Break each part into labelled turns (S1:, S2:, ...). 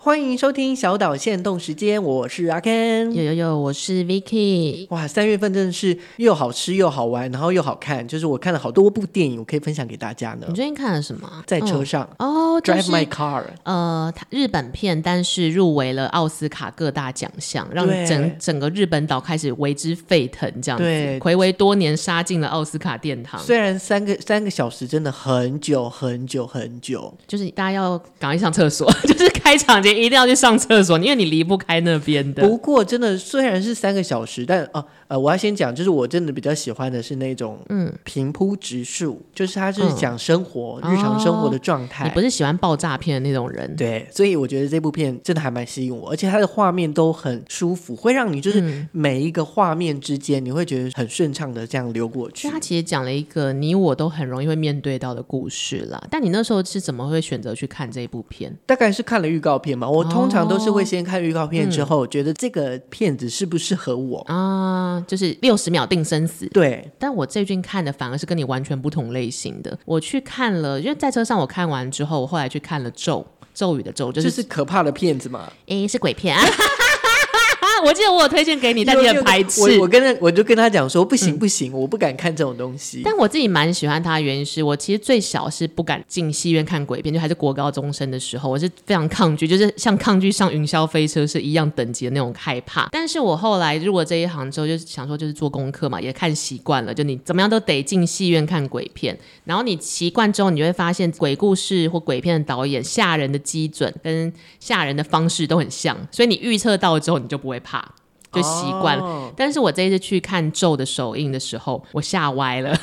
S1: 欢迎收听小岛限动时间，我是阿 Ken。
S2: 有有有，我是 Vicky。
S1: 哇，三月份真的是又好吃又好玩，然后又好看，就是我看了好多部电影，我可以分享给大家呢
S2: 你。最近看了什么啊？
S1: 在车上、
S2: 嗯哦，就
S1: drive
S2: 是
S1: my car，
S2: 呃，它日本片，但是入围了奥斯卡各大奖项，让
S1: 对
S2: 整整个日本岛开始为之沸腾，这样子。
S1: 对
S2: 暌违多年，杀进了奥斯卡殿堂。
S1: 虽然三个三个小时真的很久很久很久，
S2: 就是大家要赶快上厕所， 就是开场前一定要去上厕所，因为你离不开那边的。
S1: 不过真的虽然是三个小时，但哦呃，我要先讲，就是我真的比较喜欢的是那种嗯平铺直述，就是它是
S2: 嗯
S1: 讲生活、日常生活的状
S2: 你
S1: 态
S2: 不。是喜欢爆炸片的那种人，
S1: 对，所以我觉得这部片真的还蛮吸引我，而且它的画面都很舒服，会让你就是
S2: 嗯
S1: 每一个画面之间，你会觉得很顺畅的这样流过去
S2: 所以。他其实讲了一个你我都很容易会面对到的故事啦。但你那时候是怎么会选择去看这一部片？
S1: 大概是看了预告片嘛，我通常都是会
S2: 哦
S1: 先看预告片之后，觉得这个片子适不适合我。
S2: 啊，就是六十秒定生死。
S1: 对，
S2: 但我最近看的反而是跟你完全不同类型的。我去看了，因为在车上我看完之后，我后来去看了《咒》，咒语的咒，就
S1: 这
S2: 是
S1: 是可怕的片子嘛。
S2: 诶、是鬼片啊。 我记得我有推荐给你，但你很排斥。嗯
S1: 我我跟他我就跟他讲说，不行不行，我不敢看这种东西。
S2: 但我自己蛮喜欢他的原因是我其实最小是不敢进戏院看鬼片，就还是国高中生的时候，我是非常抗拒，就是像抗拒上云霄飞车是一样等级的那种害怕。但是我后来入了这一行之后，就是想说就是做功课嘛，也看习惯了，就你怎么样都得进戏院看鬼片。然后你习惯之后，你会发现鬼故事或鬼片的导演吓人的基准跟吓人的方式都很像，所以你预测到之后你就不会怕，就习惯了。
S1: 哦
S2: 但是我这一次去看《咒》的首映的时候，我吓歪了。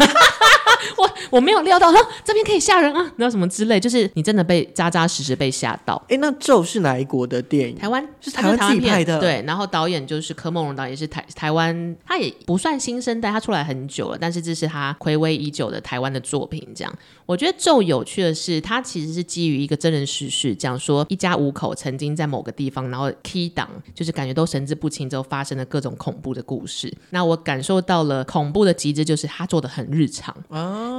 S2: 我我没有料到，说这边可以吓人啊，然后什么之类，就是你真的被扎扎实实被吓到。
S1: 哎、那咒是哪一国的电影？
S2: 台湾
S1: 是
S2: 它
S1: 台湾自己
S2: 片
S1: 拍的
S2: 对，然后导演就是柯梦荣导演，是台台湾，他也不算新生代，他出来很久了，但是这是他暌违已久的台湾的作品。这样，我觉得《咒》有趣的是，它其实是基于一个真人实事，讲说一家五口曾经在某个地方，然后 key 档，就是感觉都神志不清之后发生了各种恐怖的故事。那我感受到了恐怖的极致，就是他做的很日常，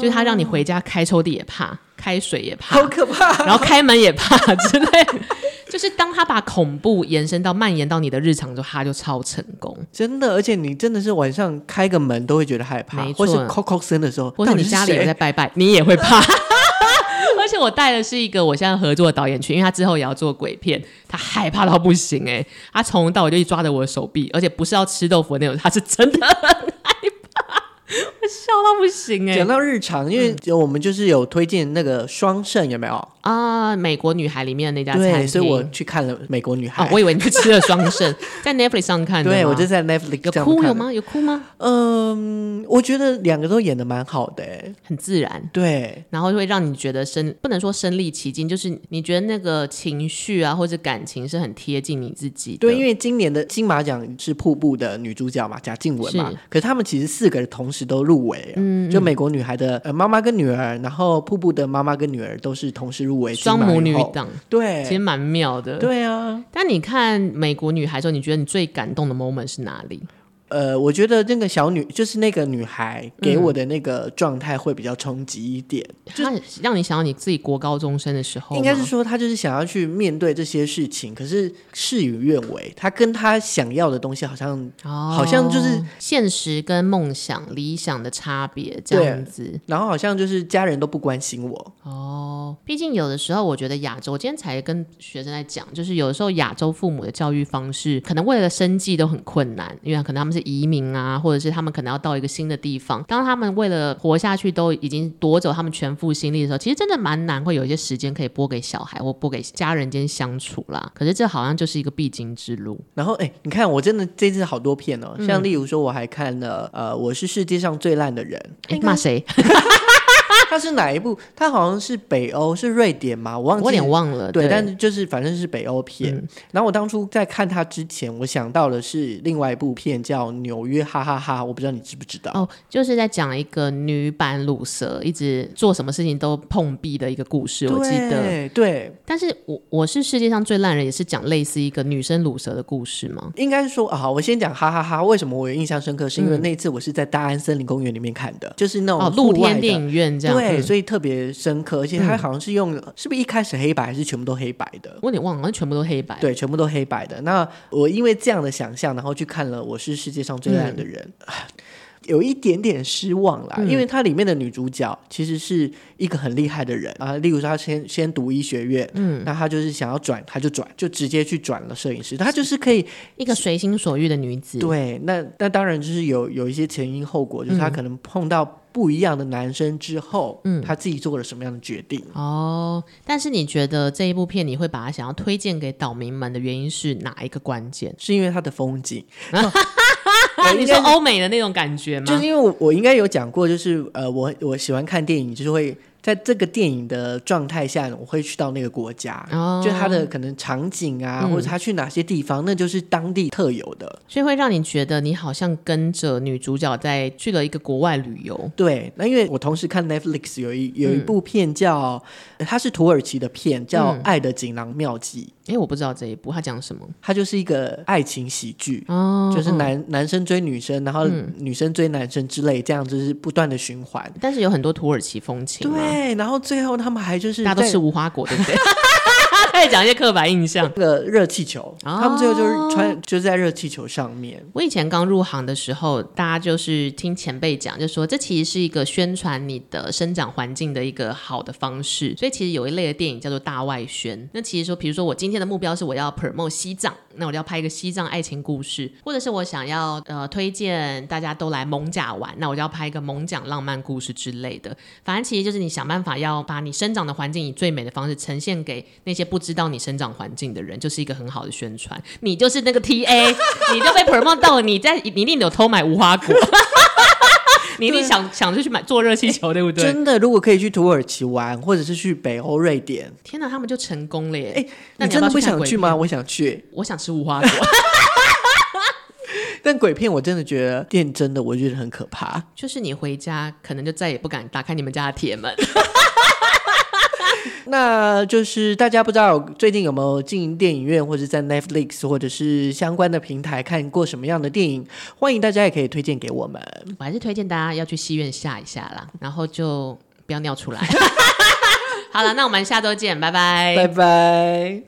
S2: 就是他让你回家开抽屉也怕，开水也怕，
S1: 好可怕！
S2: 然后开门也怕之类的。 就是当他把恐怖延伸到蔓延到你的日常之后，他就超成功。
S1: 真的，而且你真的是晚上开个门都会觉得害怕，
S2: 没
S1: 或
S2: 错
S1: 是 coco 声的时候，
S2: 或
S1: 到
S2: 者
S1: 底
S2: 你
S1: 是
S2: 家里有
S1: 谁
S2: 在拜拜，你也会怕。 而且我带的是一个我现在合作的导演去，因为他之后也要做鬼片，他害怕到不行哎、他从头到尾就一直抓着我的手臂，而且不是要吃豆腐的那种，他是真的很害怕，我笑到不行哎、
S1: 讲到日常，因为
S2: 嗯
S1: 我们就是有推荐那个双圣，有没有？
S2: 啊、美国女孩里面的那家餐
S1: 对，
S2: 厅，
S1: 所以我去看了《美国女孩
S2: 啊、》我以为你去吃了双盛， 在 Netflix 上看的吗，
S1: 对，我就在 Netflix
S2: 有
S1: 上
S2: 哭
S1: 看
S2: 有
S1: 的？
S2: 吗？有哭吗？
S1: 嗯，我觉得两个都演的蛮好的、欸，
S2: 很自然，
S1: 对，
S2: 然后就会让你觉得身不能说身临其境，就是你觉得那个情绪啊或者感情是很贴近你自己的。
S1: 对，因为今年的金马奖是瀑布的女主角嘛，贾静雯嘛
S2: 是，
S1: 可是他们其实四个人同时都入围、嗯，就美国女孩的呃妈妈跟女儿，然后瀑布的妈妈跟女儿都是同时入围
S2: 双
S1: 金马
S2: 母
S1: 影
S2: 女
S1: 后，
S2: 档其实
S1: 对，
S2: 蛮妙的。。
S1: 对啊，
S2: 但你看《美国女孩》的时候，你觉得你最感动的 moment 是哪里？
S1: 呃，我觉得那个小女就是那个女孩给我的那个状态会比较冲击一点，
S2: 它让你想到你自己国高中生的时候吗，
S1: 应该是说她就是想要去面对这些事情，可是事与愿违，她跟她想要的东西好像
S2: 哦，
S1: 好像就是
S2: 现实跟梦想、理想的差别这样子。
S1: 然后好像就是家人都不关心我，
S2: 哦，毕竟有的时候，我觉得亚洲，我今天才跟学生在讲，就是有的时候亚洲父母的教育方式，可能为了生计都很困难，因为可能他们是移民啊，或者是他们可能要到一个新的地方，当他们为了活下去都已经夺走他们全副心力的时候，其实真的蛮难，会有一些时间可以拨给小孩或拨给家人间相处啦。可是这好像就是一个必经之路。
S1: 然后，哎、你看，我真的这次好多片哦，像例如说，我还看了，呃，我是世界上最烂的人，
S2: 哎，骂谁？
S1: 它是哪一部？它好像是北欧，是瑞典吗？我忘
S2: 我
S1: 记，
S2: 有点忘了。
S1: 对，
S2: 对，嗯
S1: 但是就是反正是北欧片。然后我当初在看它之前，我想到的是另外一部片叫《纽约哈哈哈》，我不知道你知不知道。
S2: 哦，就是在讲一个女版鲁蛇，一直做什么事情都碰壁的一个故事，我记得。
S1: 对对，
S2: 但是我我是世界上最烂人，也是讲类似一个女生乳蛇的故事吗？
S1: 应该是说啊，好我先讲哈哈哈为什么我有印象深刻？是因为那一次我是在大安森林公园里面看的，就是那种
S2: 嗯哦，
S1: 户
S2: 露
S1: 外
S2: 天
S1: 的
S2: 电影院这样
S1: 对，
S2: 嗯
S1: 所以特别深刻，而且它好像是用，是不是一开始黑白，还是全部都黑白的？
S2: 我有点忘了，好像全部都黑白。
S1: 对，全部都黑白的。那我因为这样的想象，然后去看了《我是世界上最烂的人》有一点点失望啦，因为它里面的女主角其实是一个很厉害的人啊，例如说她先先读医学院，嗯，那她就是想要转，她就转，就直接去转了摄影师，她就是可以
S2: 一个随心所欲的女子。
S1: 对，那那当然就是有有一些前因后果，就是她可能碰到不一样的男生之后，嗯，她自己做了什么样的决定。
S2: 哦，但是你觉得这一部片你会把它想要推荐给岛民们的原因是哪一个关 键？
S1: 是因为她的风景，
S2: 那
S1: 应
S2: 你
S1: 该是
S2: 说欧美的那种感觉吗？
S1: 就是因为我我应该有讲过，就是呃，我我喜欢看电影，就是会在这个电影的状态下，我会去到那个国家，
S2: 哦
S1: 就它的可能场景啊，
S2: 嗯
S1: 或者他去哪些地方，那就是当地特有的。
S2: 所以会让你觉得你好像跟着女主角在去了一个国外旅游。
S1: 对，那因为我同时看 Netflix 有一有一部片叫，呃它是土耳其的片，叫
S2: 嗯
S1: 《爱的锦囊妙计》，
S2: 哎，我不知道这一部它讲什么
S1: 它就是一个爱情喜剧。
S2: 哦，
S1: 就是
S2: 嗯，
S1: 男男生追女生，然后女生追男生之类，这样就是不断的循环。
S2: 但是有很多土耳其风情嘛，
S1: 对，然后最后他们还就是
S2: 大家都
S1: 在
S2: 吃无花果，对不 对？开始讲一些刻板印象。
S1: 那个热气球，
S2: 哦
S1: 他们最后就是穿就是在热气球上面。
S2: 我以前刚入行的时候，大家就是听前辈讲，就说这其实是一个宣传你的生长环境的一个好的方式。所以其实有一类的电影叫做大外宣。那其实说，比如说我今天的目标是我要 promote 西藏，那我就要拍一个西藏爱情故事，或者是我想要呃推荐大家都来蒙甲玩，那我就要拍一个蒙甲浪漫故事之类的。反正其实就是你想办法要把你生长的环境以最美的方式呈现给那些不知道你生长环境的人，就是一个很好的宣传。你就是那 个 TA，你就被 promote 到了，你在你一定有偷买无花果， 你一定想想着去买做热气球，对不对？
S1: 真的，如果可以去土耳其玩，或者是去北欧瑞典，
S2: 天哪，他们就成功了耶！
S1: 哎
S2: 那
S1: 你
S2: 你
S1: 真
S2: 要
S1: 的
S2: 不要
S1: 不
S2: 去看
S1: 想
S2: 鬼
S1: 去
S2: 片
S1: 吗？我想去，
S2: 我想吃无花果，
S1: 但鬼片我真的觉得电真的，我觉得很可怕。
S2: 就是你回家可能就再也不敢打开你们家的铁门。
S1: 那就是大家不知道最近有没有进电影院，或者在 Netflix 或者是相关的平台看过什么样的电影？欢迎大家也可以推荐给我们。
S2: 我还是推荐大家要去戏院下一下啦，然后 就不要尿出来。好了，那我们下周见，拜拜。
S1: 拜拜。